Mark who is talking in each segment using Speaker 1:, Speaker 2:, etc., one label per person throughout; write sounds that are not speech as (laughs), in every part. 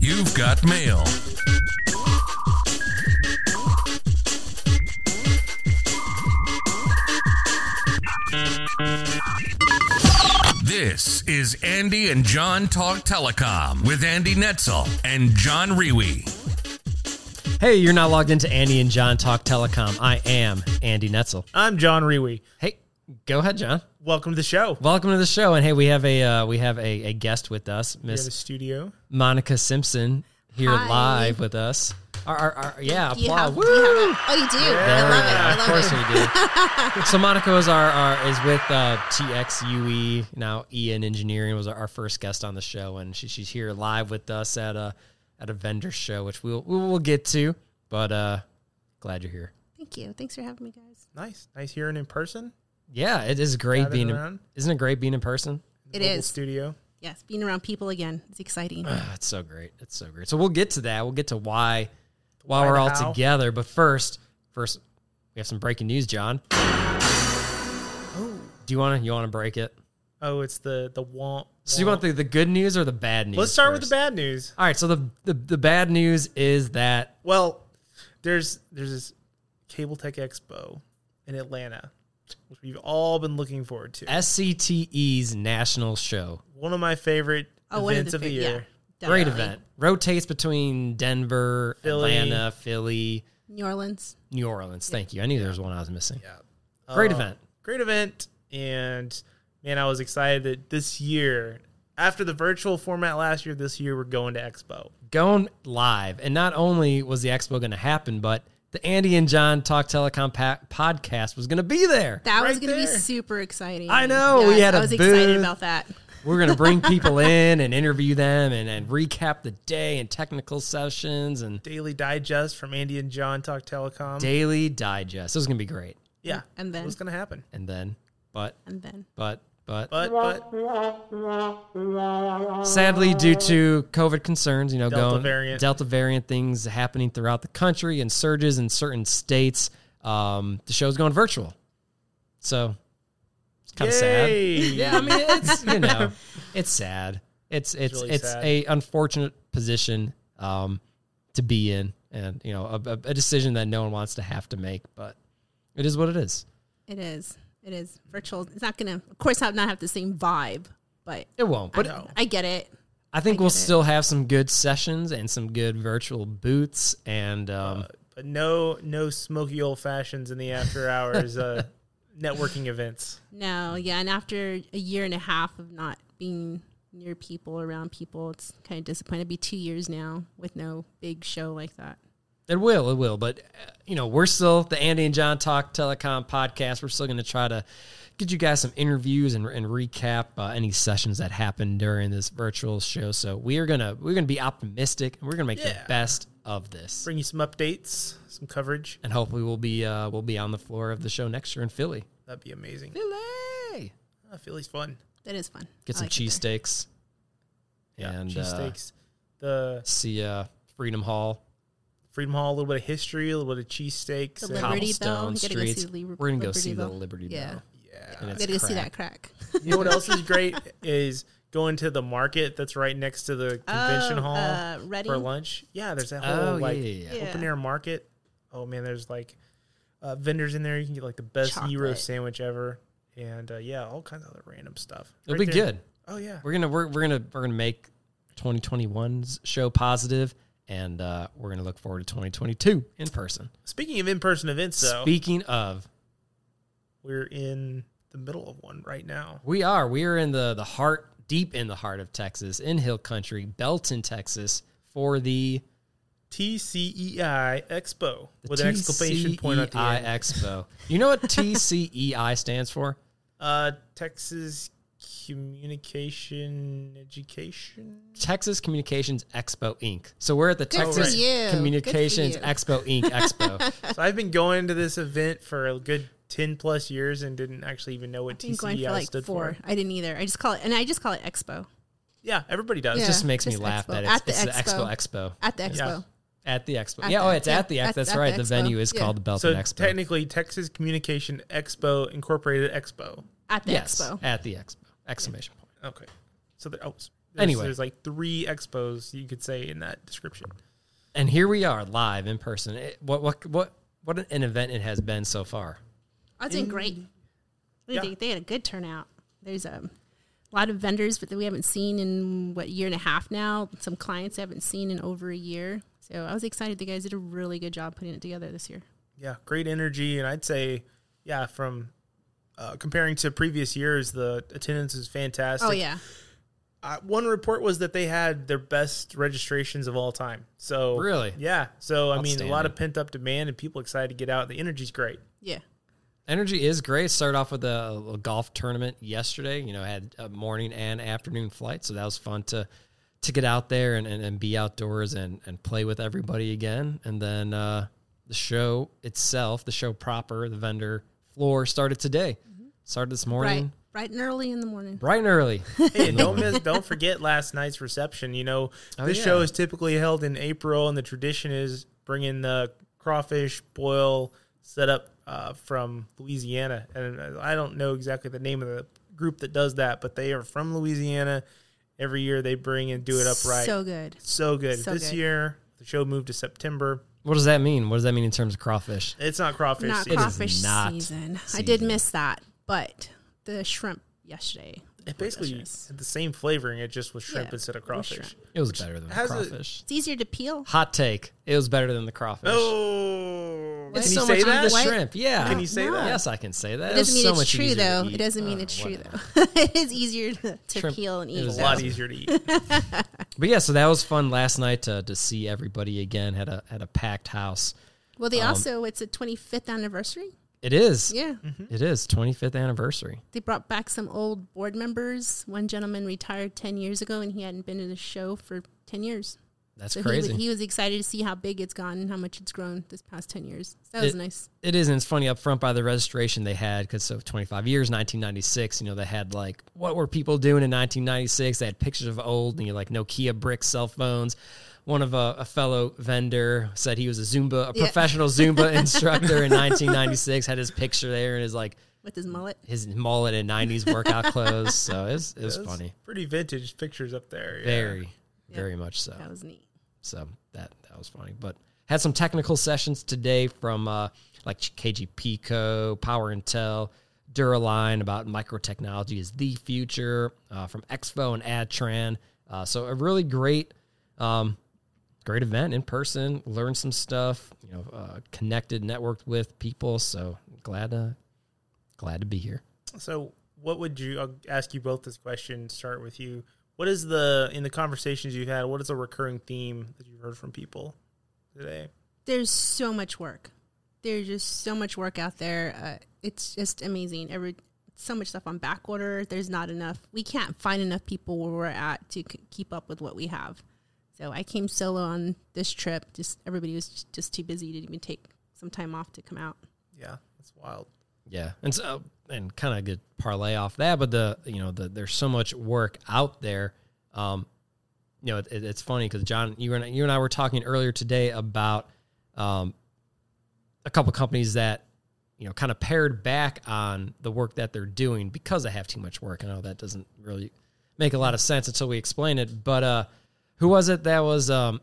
Speaker 1: You've got mail. This is Andy and John Talk Telecom with Andy Netzel and John Rewey.
Speaker 2: Hey, you're not logged into Andy and John Talk Telecom. I am Andy Netzel.
Speaker 3: I'm John Rewey.
Speaker 2: Hey, go ahead, John.
Speaker 3: Welcome to the show.
Speaker 2: Welcome to the show. And hey, we have a uh, we have a, a guest with us,
Speaker 3: We're at the
Speaker 2: Miss
Speaker 3: studio.
Speaker 2: Monica Simpson, here
Speaker 4: Hi.
Speaker 2: live with us. Our, our, our- yeah,
Speaker 4: Do you
Speaker 2: applaud.
Speaker 4: have, do you have it? Oh, you do. I love it. I
Speaker 2: Of
Speaker 4: love
Speaker 2: course
Speaker 4: it.
Speaker 2: we
Speaker 4: (laughs)
Speaker 2: do. so Monica is our, our is with uh, TXUE E, now. Ian Engineering was our, our first guest on the show, and she, she's here live with us at a at a vendor show, which we'll we will get to. But uh, glad you're here.
Speaker 4: Thank you. Thanks for having me, guys.
Speaker 3: Nice, nice hearing in person.
Speaker 2: Yeah, it is great
Speaker 3: Gathered
Speaker 2: being.
Speaker 3: around.
Speaker 2: Isn't it great being in person?
Speaker 4: It
Speaker 3: Mobile
Speaker 4: is.
Speaker 3: studio.
Speaker 4: Yes, being around people again.
Speaker 2: (sighs)
Speaker 4: It's exciting. Oh,
Speaker 2: Ah, it's so great. It's so great. So we'll get to that. We'll get to why while
Speaker 3: Why
Speaker 2: we're
Speaker 3: the
Speaker 2: all
Speaker 3: how.
Speaker 2: together. But first, first we have some breaking news, John. Do you want to you want to break it?
Speaker 3: Oh, it's the the womp.
Speaker 2: So you want the, the good news or the bad news?
Speaker 3: Let's start with
Speaker 2: first?
Speaker 3: the bad news.
Speaker 2: All right. So the, the the bad news is that
Speaker 3: Well, there's there's this Cable Tech Expo in Atlanta, which we've all been looking forward to.
Speaker 2: SCTE's national show,
Speaker 3: One of my favorite
Speaker 4: Oh, one
Speaker 3: events of the,
Speaker 4: big-
Speaker 3: year.
Speaker 4: yeah,
Speaker 2: great
Speaker 4: definitely.
Speaker 2: event, rotates between Denver,
Speaker 3: Philly.
Speaker 2: Atlanta, Philly,
Speaker 4: New Orleans.
Speaker 2: New Orleans. Thank you. I knew there was one I was missing.
Speaker 3: Yeah.
Speaker 2: Great
Speaker 3: Uh,
Speaker 2: event.
Speaker 3: Great event. And man, I was excited that this year, after the virtual format last year, this year we're going to Expo.
Speaker 2: going live. And not only was the expo going to happen, but the Andy and John Talk Telecom pa- podcast was going to be there.
Speaker 4: That was
Speaker 3: Right
Speaker 4: going to be
Speaker 3: there.
Speaker 4: super exciting.
Speaker 2: I know, we had a
Speaker 4: I was excited
Speaker 2: booth.
Speaker 4: about that.
Speaker 2: We're going to bring
Speaker 3: (laughs)
Speaker 2: people in and interview them and, and recap the day and technical sessions and
Speaker 3: Daily Digest from Andy and John Talk Telecom.
Speaker 2: daily digest. It was going to be great.
Speaker 3: yeah.
Speaker 4: And then-
Speaker 3: what's going to happen?
Speaker 2: And then, but,
Speaker 4: And then
Speaker 2: but, but,
Speaker 3: But, but
Speaker 2: sadly, due to COVID concerns, you know,
Speaker 3: Delta
Speaker 2: going
Speaker 3: variant.
Speaker 2: Delta variant things happening throughout the country and surges in certain states, um, the show's going virtual. So it's kind of sad.
Speaker 3: yay!
Speaker 4: (laughs)
Speaker 2: Yeah, I mean it's you know, it's sad. It's it's it's,
Speaker 3: really sad.
Speaker 2: a unfortunate position um, to be in, and you know a, a, a decision that no one wants to have to make, but it is what it is.
Speaker 4: it is. It is virtual. It's not going to, of course, have not have the same vibe, but
Speaker 2: It won't, but
Speaker 3: No.
Speaker 4: I get it.
Speaker 2: I think we'll
Speaker 4: get it.
Speaker 2: still have some good sessions and some good virtual booths, and um,
Speaker 3: But no, no smoky old fashions in the after hours
Speaker 4: (laughs)
Speaker 3: uh, networking events.
Speaker 4: No, yeah. And after a year and a half of not being near people, around people, it's kind of disappointing. It'd be two years now with no big show like that.
Speaker 2: It will, it will. But uh, you know, we're still the Andy and John Talk Telecom podcast. We're still going to try to get you guys some interviews and, and recap uh, any sessions that happened during this virtual show. So we are gonna we're gonna be optimistic and we're gonna make the
Speaker 3: Yeah.
Speaker 2: best of this.
Speaker 3: Bring you some updates, some coverage.
Speaker 2: And hopefully, we'll be uh, we'll be on the floor of the show next year in Philly.
Speaker 3: That'd be amazing.
Speaker 2: Philly,
Speaker 3: I feel he's fun.
Speaker 4: That is fun.
Speaker 2: get
Speaker 4: I
Speaker 2: some
Speaker 4: like it there.
Speaker 2: cheesesteaks
Speaker 3: Yeah,
Speaker 2: and
Speaker 3: cheese
Speaker 2: uh,
Speaker 3: steaks. The
Speaker 2: see uh, Freedom Hall.
Speaker 3: Freedom Hall, a little bit of history, a little bit of cheesesteaks.
Speaker 4: The
Speaker 3: and-
Speaker 4: Liberty Bell.
Speaker 2: Cobblestone
Speaker 4: We gotta go see
Speaker 2: streets.
Speaker 4: the Li-
Speaker 2: We're gonna go
Speaker 4: Liberty
Speaker 2: see the
Speaker 4: Bell.
Speaker 2: Liberty
Speaker 4: Yeah.
Speaker 2: Bell.
Speaker 3: Yeah.
Speaker 2: And
Speaker 4: We
Speaker 2: it's
Speaker 4: gotta go see
Speaker 2: crack.
Speaker 4: that crack.
Speaker 3: (laughs) You know what else is great is going to the market that's right next to the convention
Speaker 4: (laughs) Oh,
Speaker 3: hall
Speaker 4: uh, Reading?
Speaker 3: for lunch. Yeah, there's that whole
Speaker 2: Oh,
Speaker 3: like
Speaker 2: yeah, yeah, yeah.
Speaker 3: open air market. Oh man, there's like uh, vendors in there. You can get like the best gyro
Speaker 4: Chocolate.
Speaker 3: sandwich ever, and uh, yeah, all kinds of other random stuff.
Speaker 2: It'll
Speaker 3: Right
Speaker 2: be
Speaker 3: there.
Speaker 2: good.
Speaker 3: Oh yeah,
Speaker 2: we're gonna we're, we're gonna we're gonna make 2021's show positive and uh, we're gonna look forward to 2022 in person
Speaker 3: Speaking of in-person events, though,
Speaker 2: speaking of
Speaker 3: we're in the middle of one right now.
Speaker 2: we are we are in the the heart deep in the heart of texas in hill country belton texas for the
Speaker 3: TCEI E Expo
Speaker 2: the E
Speaker 3: with an exclamation point at the
Speaker 2: TCEI
Speaker 3: end.
Speaker 2: expo you know what tcei stands for
Speaker 3: uh, Texas Communication Education.
Speaker 2: texas communications expo inc so we're at the
Speaker 4: for
Speaker 2: texas
Speaker 4: you. Good for
Speaker 2: communications
Speaker 4: you.
Speaker 2: expo inc expo
Speaker 4: (laughs)
Speaker 3: So I've been going to this event for a good ten plus years and didn't actually even know what
Speaker 4: Been going
Speaker 3: TCEI
Speaker 4: for like
Speaker 3: E stood
Speaker 4: four.
Speaker 3: for.
Speaker 4: I didn't either. I just call it, and I just call it Expo
Speaker 3: Yeah, everybody does.
Speaker 4: Yeah.
Speaker 2: just makes
Speaker 4: just
Speaker 2: me laugh
Speaker 4: expo.
Speaker 2: that it's,
Speaker 4: At the
Speaker 2: it's the
Speaker 4: expo.
Speaker 2: expo expo
Speaker 4: at the Expo.
Speaker 2: At the expo.
Speaker 4: At
Speaker 2: yeah,
Speaker 4: the-
Speaker 2: oh, it's
Speaker 4: yeah,
Speaker 2: at the expo.
Speaker 4: at-
Speaker 2: That's
Speaker 4: at the
Speaker 2: right. The,
Speaker 4: expo.
Speaker 2: venue is
Speaker 4: Yeah.
Speaker 2: called the Belton
Speaker 3: So
Speaker 2: Expo.
Speaker 3: technically, Texas Communication Expo Incorporated Expo.
Speaker 4: At the
Speaker 2: yes,
Speaker 4: Expo.
Speaker 2: at the expo. Exclamation point.
Speaker 3: Okay. So there, oh, s- there's,
Speaker 2: Anyway.
Speaker 3: there's like three expos you could say in that description.
Speaker 2: And here we are live in person. It, what what what what an event it has been so far.
Speaker 4: I think great. I
Speaker 3: Mm. Yeah.
Speaker 4: think they had a good turnout. There's um, a lot of vendors that we haven't seen in what year and a half now. Some clients I haven't seen in over a year. So I was excited. The guys did a really good job putting it together this year.
Speaker 3: Yeah, great energy, and I'd say, yeah, from uh, comparing to previous years, the attendance is fantastic.
Speaker 4: Oh yeah,
Speaker 3: uh, one report was that they had their best registrations of all time. So
Speaker 2: Really?
Speaker 3: yeah. So I mean, a
Speaker 2: Outstanding.
Speaker 3: lot of pent up demand and people excited to get out. The energy's great.
Speaker 4: yeah.
Speaker 2: Energy is great. Started off with a, a golf tournament yesterday. You know, had a morning and afternoon flight, so that was fun to to get out there and, and, and be outdoors and, and play with everybody again. And then uh, the show itself, the show proper, the vendor floor started today. Started this morning,
Speaker 4: Right, Mm-hmm. right and early in the morning.
Speaker 2: bright and
Speaker 4: (laughs)
Speaker 2: early.
Speaker 3: Hey, and don't miss, don't forget last night's reception. You know, this
Speaker 2: yeah.
Speaker 3: show is typically held in April, and the tradition is bringing the crawfish boil setup uh, from Louisiana. And uh, I don't know exactly the name of the group that does that, but they are from Louisiana. Every year they bring and do it upright. So,
Speaker 4: So good.
Speaker 3: good.
Speaker 4: so
Speaker 3: this
Speaker 4: good.
Speaker 3: year the show moved to September.
Speaker 2: what does that mean? What does that mean in terms of crawfish?
Speaker 3: It's not crawfish.
Speaker 4: Not
Speaker 3: season.
Speaker 4: crawfish
Speaker 2: not
Speaker 4: season. I did
Speaker 2: season.
Speaker 4: miss that, but the shrimp yesterday.
Speaker 3: It basically
Speaker 4: delicious.
Speaker 3: had the same flavoring. It just was shrimp
Speaker 4: Yeah,
Speaker 3: instead of
Speaker 4: it was
Speaker 3: crawfish.
Speaker 4: shrimp.
Speaker 2: It was better than the
Speaker 3: has a-
Speaker 2: crawfish.
Speaker 4: It's easier to peel.
Speaker 2: Hot take. It was better than the crawfish.
Speaker 3: Oh,
Speaker 2: It's
Speaker 3: can
Speaker 2: so
Speaker 3: you say
Speaker 2: much the
Speaker 3: that?
Speaker 4: What?
Speaker 2: shrimp. Yeah.
Speaker 3: Can you say
Speaker 4: No.
Speaker 3: that? Oh,
Speaker 2: Yes, I can say that.
Speaker 4: It
Speaker 2: It was
Speaker 4: doesn't mean
Speaker 2: so
Speaker 4: it's
Speaker 2: much
Speaker 4: true
Speaker 2: easier to
Speaker 4: though.
Speaker 2: eat.
Speaker 4: It doesn't mean
Speaker 2: Uh,
Speaker 4: it's true
Speaker 2: whatever.
Speaker 4: though. (laughs) it is easier to, to
Speaker 2: Shrimp
Speaker 4: peel and eat.
Speaker 2: is
Speaker 3: It's a lot easier to eat.
Speaker 2: But yeah, so that was fun last night to, to see everybody again. Had a had a packed house.
Speaker 4: Well, they
Speaker 2: Um,
Speaker 4: also it's a 25th anniversary.
Speaker 2: It is.
Speaker 4: Yeah,
Speaker 2: It is 25th anniversary.
Speaker 4: they brought back some old board members. One gentleman retired 10 years ago, and he hadn't been in a show for 10 years.
Speaker 2: That's
Speaker 4: So
Speaker 2: crazy.
Speaker 4: He, was, he was excited to see how big it's gotten and how much it's grown this past 10 years. So that was
Speaker 2: It-
Speaker 4: nice.
Speaker 2: it is, and it's funny up front by the registration they had because so 25 years, 1996. You know, they had like what were people doing in 1996? They had pictures of old and you know, like Nokia brick cell phones. One of a, a fellow vendor said he was a Zumba, a
Speaker 4: Yeah.
Speaker 2: professional Zumba instructor in 1996. Had his picture there and his like
Speaker 4: With his mullet,
Speaker 2: his mullet and 90s workout clothes. So it was, it was funny.
Speaker 3: Pretty vintage pictures up there. yeah.
Speaker 2: Very, very much so.
Speaker 4: that was neat.
Speaker 2: So that that was funny. But had some technical sessions today from uh, like KG Pico, Power Intel, Duraline about microtechnology is the future uh, from Expo and Adtran. Uh, so a really great, um, great event in person. Learned some stuff. You know, uh, connected, networked with people. So glad to glad to be here.
Speaker 3: So, what would you? I'll ask you both this question. Start with you. What is the in the conversations you've had? What is a recurring theme that you've heard from people today?
Speaker 4: There's so much work. There's just so much work out there. Uh, it's just amazing. Every so much stuff on back order. There's not enough. We can't find enough people where we're at to c- keep up with what we have. So I came solo on this trip. Just everybody was j- just too busy to even take some time off to come out.
Speaker 3: Yeah, that's wild.
Speaker 2: Yeah, and so and kind of good parlay off that, but the you know the, there's so much work out there. Um, you know, it, it- it's funny because John, you and you and I were talking earlier today about um, a couple companies that you know kind of pared back on the work that they're doing because they have too much work. I know that doesn't really make a lot of sense until we explain it, but uh, who was it that was? Um,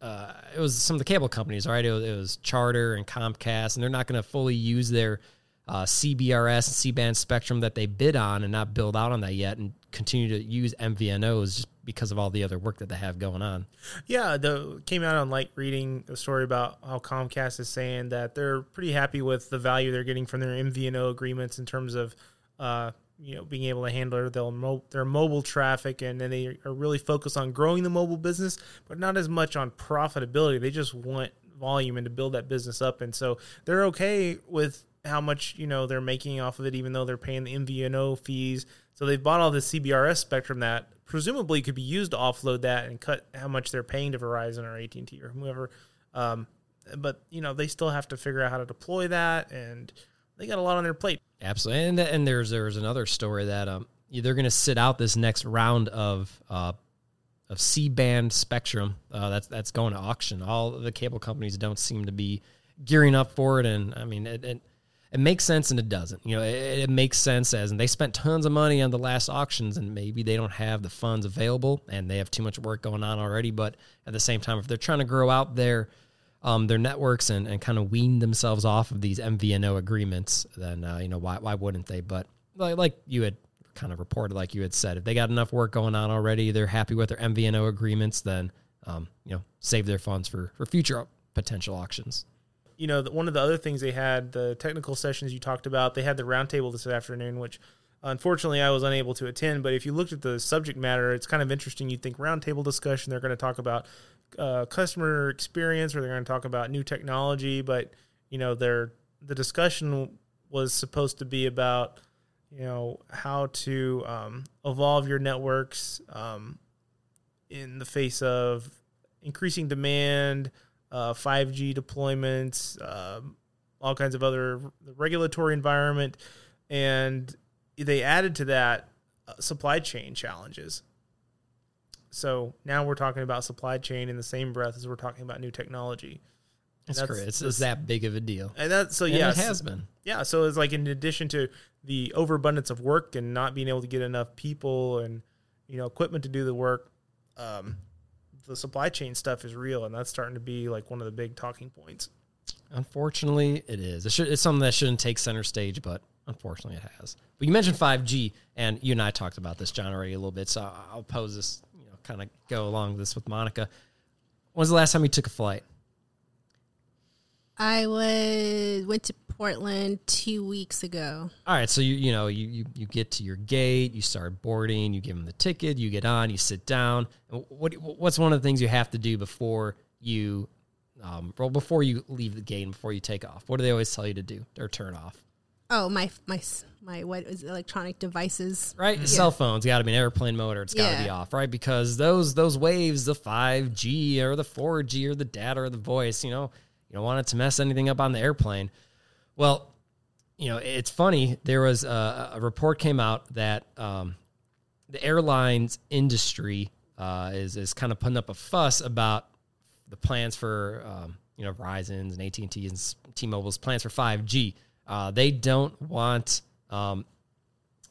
Speaker 2: uh, it was some of the cable companies, right? It was, it was Charter and Comcast, and they're not going to fully use their uh, CBRS and C band spectrum that they bid on and not build out on that yet, and continue to use MVNOs just because of all the other work that they have going on.
Speaker 3: Yeah, the came out on Light reading a story about how Comcast is saying that they're pretty happy with the value they're getting from their MVNO agreements in terms of, uh, you know, being able to handle their mo- their mobile traffic, and then they are really focused on growing the mobile business, but not as much on profitability. They just want volume and to build that business up, and so they're okay with how much you know they're making off of it, even though they're paying the MVNO fees. So they've bought all this CBRS spectrum that presumably could be used to offload that and cut how much they're paying to Verizon or AT and T or whoever. Um, but you know they still have to figure out how to deploy that, and they got a lot on their plate.
Speaker 2: Absolutely, and and there's there's another story that um they're going to sit out this next round of uh of C band spectrum uh, that's that's going to auction. All of the cable companies don't seem to be gearing up for it, and I mean it. it it makes sense and it doesn't. You know, it, it makes sense as and they spent tons of money on the last auctions and maybe they don't have the funds available and they have too much work going on already. But at the same time, if they're trying to grow out their um, their networks and, and kind of wean themselves off of these MVNO agreements, then uh, you know why why wouldn't they? But like, like you had kind of reported, like you had said, if they got enough work going on already, they're happy with their MVNO agreements, then um, you know save their funds for for future potential auctions.
Speaker 3: you know, the, one of the other things they had, the technical sessions you talked about, they had the roundtable this afternoon, which unfortunately I was unable to attend. But if you looked at the subject matter, it's kind of interesting. You'd think roundtable discussion, they're going to talk about uh, customer experience or they're going to talk about new technology. But, you know, their, the discussion was supposed to be about, you know, how to um, evolve your networks um, in the face of increasing demand, uh, 5G deployments, um, all kinds of other the regulatory environment, and they added to that uh, supply chain challenges. So now we're talking about supply chain in the same breath as we're talking about new technology,
Speaker 2: That's,
Speaker 3: That's-
Speaker 2: great. It's, it's that big of a deal.
Speaker 3: and that's so
Speaker 2: And
Speaker 3: yeah,
Speaker 2: it has been.
Speaker 3: yeah. So it's like in addition to the overabundance of work and not being able to get enough people and you know equipment to do the work, um, the supply chain stuff is real, and that's starting to be like one of the big talking points.
Speaker 2: Unfortunately, it is. It should, it's something that shouldn't take center stage, but unfortunately, it has. But you mentioned 5G, and you and I talked about this, John, already a little bit. So I- I'll pose this, you know, kind of go along with this with Monica. When's the last time you took a flight?
Speaker 4: I was went to Portland two weeks ago.
Speaker 2: All right, so you you know you, you you get to your gate, you start boarding, you give them the ticket, you get on, you sit down. And What what's one of the things you have to do before you, um, well, before you leave the gate and before you take off? What do they always tell you to do or turn off?
Speaker 4: Oh my my s- my what is it, electronic devices?
Speaker 2: right? Cell phones got to be in airplane mode, or it's got to be
Speaker 4: Yeah.
Speaker 2: off, right? Because those those waves, the five G or the four G or the data or the voice, you know, you don't want it to mess anything up on the airplane. Well, you know, it's funny. There was a, a report came out that um, the airlines industry uh, is is kind of putting up a fuss about the plans for um, you know Verizon's and AT and T's and T-Mobile's plans for five G. Uh, they don't want um,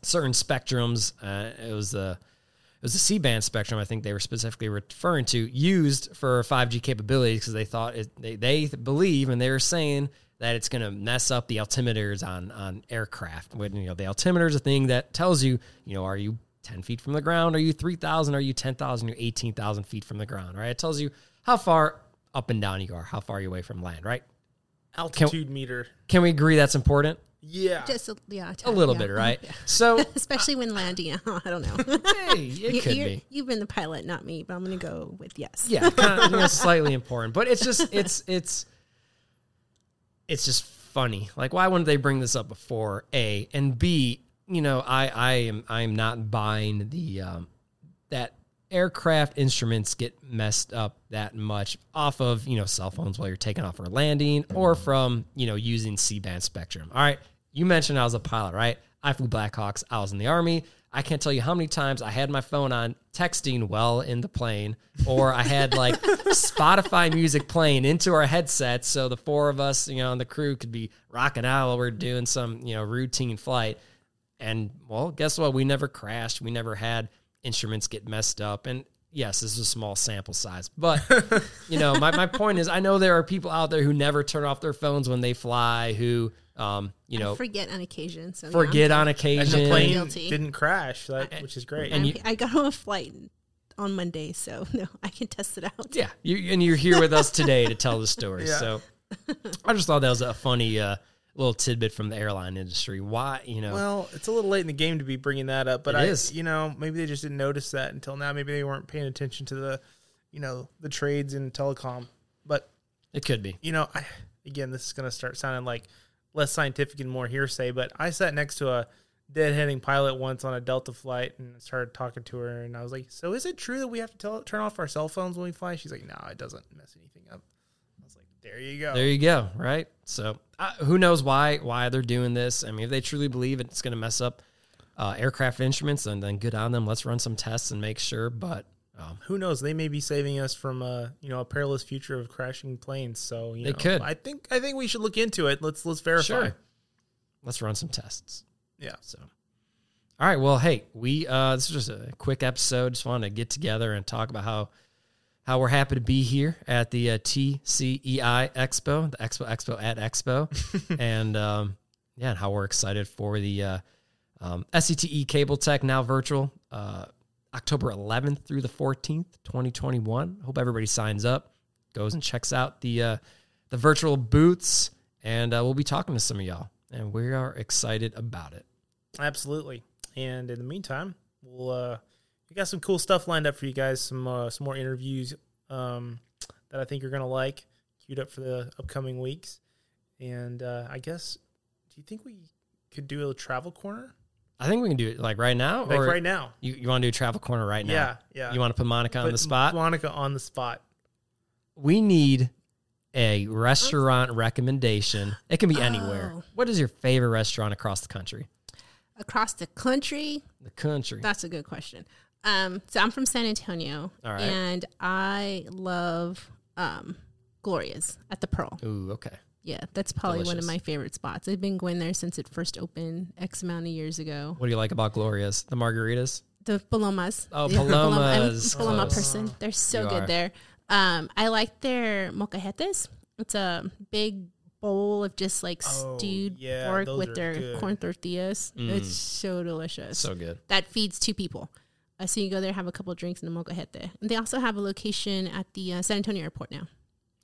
Speaker 2: certain spectrums. Uh, it was the it was the C band spectrum. I think they were specifically referring to used for 5G capabilities because they thought it, they they believe and they were saying that it's going to mess up the altimeters on on aircraft. When you know the altimeter is a thing that tells you you know are you 10 feet from the ground? Are you 3,000? Are you 10,000? Are you 18,000 feet from the ground? Right? It tells you how far up and down you are, how far you're away from land. Right?
Speaker 3: Altitude meter.
Speaker 2: Can we agree that's important?
Speaker 3: Yeah.
Speaker 4: Just a, yeah,
Speaker 2: A little
Speaker 4: yeah.
Speaker 2: bit,
Speaker 4: (laughs)
Speaker 2: right? So
Speaker 4: Especially when landing. (laughs) I don't know.
Speaker 2: hey, it
Speaker 4: you,
Speaker 2: could
Speaker 4: you're-
Speaker 2: be.
Speaker 4: You've been the pilot, not me, but I'm gonna go with yes.
Speaker 2: (laughs) yeah, kind of, you know, slightly important, but it's just it's it's it's just funny. Like, why wouldn't they bring this up before? A and B. You know, I I am I am not buying the um, that aircraft instruments get messed up that much off of you know cell phones while you're taking off or landing or from you know using c-band spectrum all right you mentioned i was a pilot right i flew blackhawks i was in the army i can't tell you how many times i had my phone on texting while in the plane or i had like spotify music playing into our headsets so the four of us you know on the crew could be rocking out while we're doing some you know routine flight and well, guess what? We never crashed. We never had instruments get messed up. And yes, this is a small sample size.
Speaker 3: (laughs)
Speaker 2: But, you know, my, my point is I know there are people out there who never turn off their phones when they fly, who, um, you know,
Speaker 4: forget on occasion. So yeah.
Speaker 2: forget on
Speaker 3: And the
Speaker 2: occasion.
Speaker 3: plane
Speaker 4: Guilty.
Speaker 3: didn't crash, that, which is great.
Speaker 2: and you-
Speaker 4: I got on a flight on Monday, so (laughs) no, I can test it out.
Speaker 2: Yeah. You, and you're here with us today to tell the story.
Speaker 3: Yeah. (laughs)
Speaker 2: So I just thought that was a funny uh, little tidbit from the airline industry. Why, you know,
Speaker 3: Well, it's a little late in the game to be bringing that up, but
Speaker 2: It
Speaker 3: I,
Speaker 2: is.
Speaker 3: you know, maybe they just didn't notice that until now. Maybe they weren't paying attention to the, you know, the trades in telecom. But
Speaker 2: it could be.
Speaker 3: you know, I, again, this is going to start sounding like less scientific and more hearsay. But I sat next to a deadheading pilot once on a Delta flight and started talking to her, and I was like, "So is it true that we have to tell, turn off our cell phones when we fly?" She's like, "No, it doesn't mess anything up." I was like, "There you go."
Speaker 2: There you go. Right. So uh, who knows why why they're doing this? I mean, if they truly believe it's going to mess up uh, aircraft instruments, then then good on them. Let's run some tests and make sure. But um,
Speaker 3: who knows? They may be saving us from a you know a perilous future of crashing planes. So you
Speaker 2: They
Speaker 3: know,
Speaker 2: could.
Speaker 3: I think I think we should look into it. Let's let's verify.
Speaker 2: sure, let's run some tests.
Speaker 3: Yeah.
Speaker 2: So, all right. Well, hey, we uh, this is just a quick episode. Just wanted to get together and talk about how how we're happy to be here at the uh, TCEI Expo, the Expo Expo at Expo, and um, yeah, and how we're excited for the uh, um, SCTE Cable Tech now virtual uh, October 11th through the 14th, 2021. Hope everybody signs up, goes and checks out the uh, the virtual booths, and uh, we'll be talking to some of y'all, and we are excited about it.
Speaker 3: Absolutely. And in the meantime, we'll uh, we got some cool stuff lined up for you guys. Some uh, some more interviews um, that I think you're gonna like, queued up for the upcoming weeks. And uh, I guess, do you think we could do a travel corner
Speaker 2: I think we can do it like right now,
Speaker 3: like
Speaker 2: or
Speaker 3: right now?
Speaker 2: you, you want to do a travel corner right now?
Speaker 3: Yeah, yeah.
Speaker 2: You want to put Monica on
Speaker 3: Put
Speaker 2: the spot?
Speaker 3: Monica on the spot.
Speaker 2: we need a restaurant recommendation. It can be anywhere.
Speaker 4: Oh.
Speaker 2: What is your favorite restaurant across the country?
Speaker 4: Across the country,
Speaker 2: The country.
Speaker 4: That's a good question. Um, so I'm from San Antonio,
Speaker 2: All right.
Speaker 4: and I love um, Gloria's at the Pearl.
Speaker 2: Ooh, okay.
Speaker 4: Yeah, that's probably one of
Speaker 2: Delicious.
Speaker 4: my favorite spots. I've been going there since it first opened X amount of years ago.
Speaker 2: What do you like about Gloria's? The margaritas?
Speaker 4: The Palomas.
Speaker 2: Oh,
Speaker 4: Yeah, Paloma-
Speaker 2: Palomas.
Speaker 4: I'm a Paloma
Speaker 2: Close.
Speaker 4: person. They're so
Speaker 2: You
Speaker 4: good
Speaker 2: are.
Speaker 4: there. Um, I like their mocajetes. It's a big bowl of just like
Speaker 3: Oh,
Speaker 4: stewed
Speaker 3: yeah,
Speaker 4: pork
Speaker 3: those
Speaker 4: with
Speaker 3: are
Speaker 4: their
Speaker 3: good.
Speaker 4: corn tortillas. It's so delicious.
Speaker 2: Mm. So good.
Speaker 4: that feeds two people. Uh, so you go there, have a couple drinks in the Mocajete. And they also have a location at the uh, San Antonio airport now.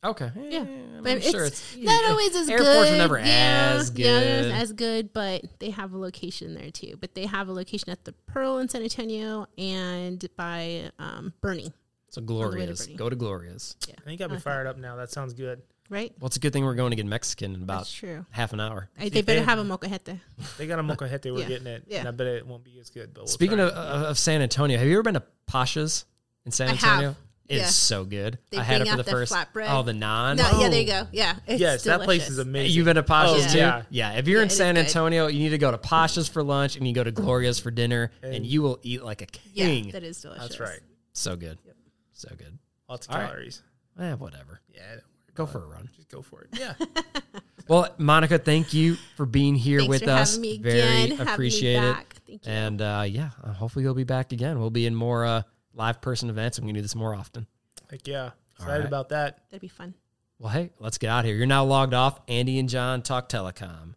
Speaker 2: Okay.
Speaker 4: Yeah,
Speaker 2: I'm
Speaker 4: but it's,
Speaker 2: sure it's
Speaker 4: not always as good.
Speaker 2: Airports are never as
Speaker 4: Yeah, they're
Speaker 2: good.
Speaker 4: not as good, but they have a location there too. But they have a location at the Pearl in San Antonio and by um, Bernie,
Speaker 2: So Gloria's.
Speaker 4: Bernie.
Speaker 2: Go to Gloria's.
Speaker 3: I think I'll
Speaker 4: uh-huh.
Speaker 3: be fired up now. That sounds good.
Speaker 4: right?
Speaker 2: Well, it's a good thing we're going to get Mexican in
Speaker 4: That's
Speaker 2: about
Speaker 4: true.
Speaker 2: half an hour.
Speaker 4: I, they better
Speaker 3: they-
Speaker 4: have a Mocajete.
Speaker 3: They got a mocajete. We're
Speaker 4: Yeah,
Speaker 3: getting it,
Speaker 4: yeah.
Speaker 3: and I bet it won't be as good. But we'll
Speaker 2: Speaking
Speaker 3: try.
Speaker 2: of, of of San Antonio, have you ever been to Pasha's in San
Speaker 4: I have,
Speaker 2: Antonio? It's
Speaker 4: yeah.
Speaker 2: so good.
Speaker 4: They
Speaker 2: I had it
Speaker 4: bring
Speaker 2: for the
Speaker 4: out the
Speaker 2: first.
Speaker 4: flatbread.
Speaker 2: Oh, the naan.
Speaker 4: No, yeah, there you go. Yeah, it's
Speaker 3: yes, that place is
Speaker 4: delicious.
Speaker 3: amazing.
Speaker 2: You've been to Pasha's
Speaker 4: Oh,
Speaker 2: too?
Speaker 3: yeah.
Speaker 2: If you're
Speaker 4: Yeah,
Speaker 2: in
Speaker 4: it is
Speaker 2: San
Speaker 4: good. Mm.
Speaker 2: Antonio, you need to go to Pasha's for lunch and you go to Gloria's for dinner and, you will eat like a king.
Speaker 4: Yeah, that is delicious.
Speaker 3: That's right.
Speaker 2: so good. So good.
Speaker 3: Lots of
Speaker 2: All right.
Speaker 3: calories.
Speaker 2: Eh, whatever.
Speaker 3: Yeah, don't worry
Speaker 2: Go
Speaker 3: about
Speaker 2: for
Speaker 3: it.
Speaker 2: a run.
Speaker 3: Just go for it. Yeah.
Speaker 2: Well, Monica, thank you for being here
Speaker 4: Thanks
Speaker 2: with
Speaker 4: for
Speaker 2: us.
Speaker 4: having me
Speaker 2: Very
Speaker 4: again. Having me
Speaker 2: appreciate it.
Speaker 4: back. Thank you.
Speaker 2: And uh, yeah, uh, hopefully you'll be back again. We'll be in more uh, live person events and we can do this more often.
Speaker 3: (laughs) Heck yeah. Excited
Speaker 2: right.
Speaker 3: about that.
Speaker 4: That'd be fun.
Speaker 2: Well, hey, let's get out of here. You're now logged off. Andy and John talk telecom.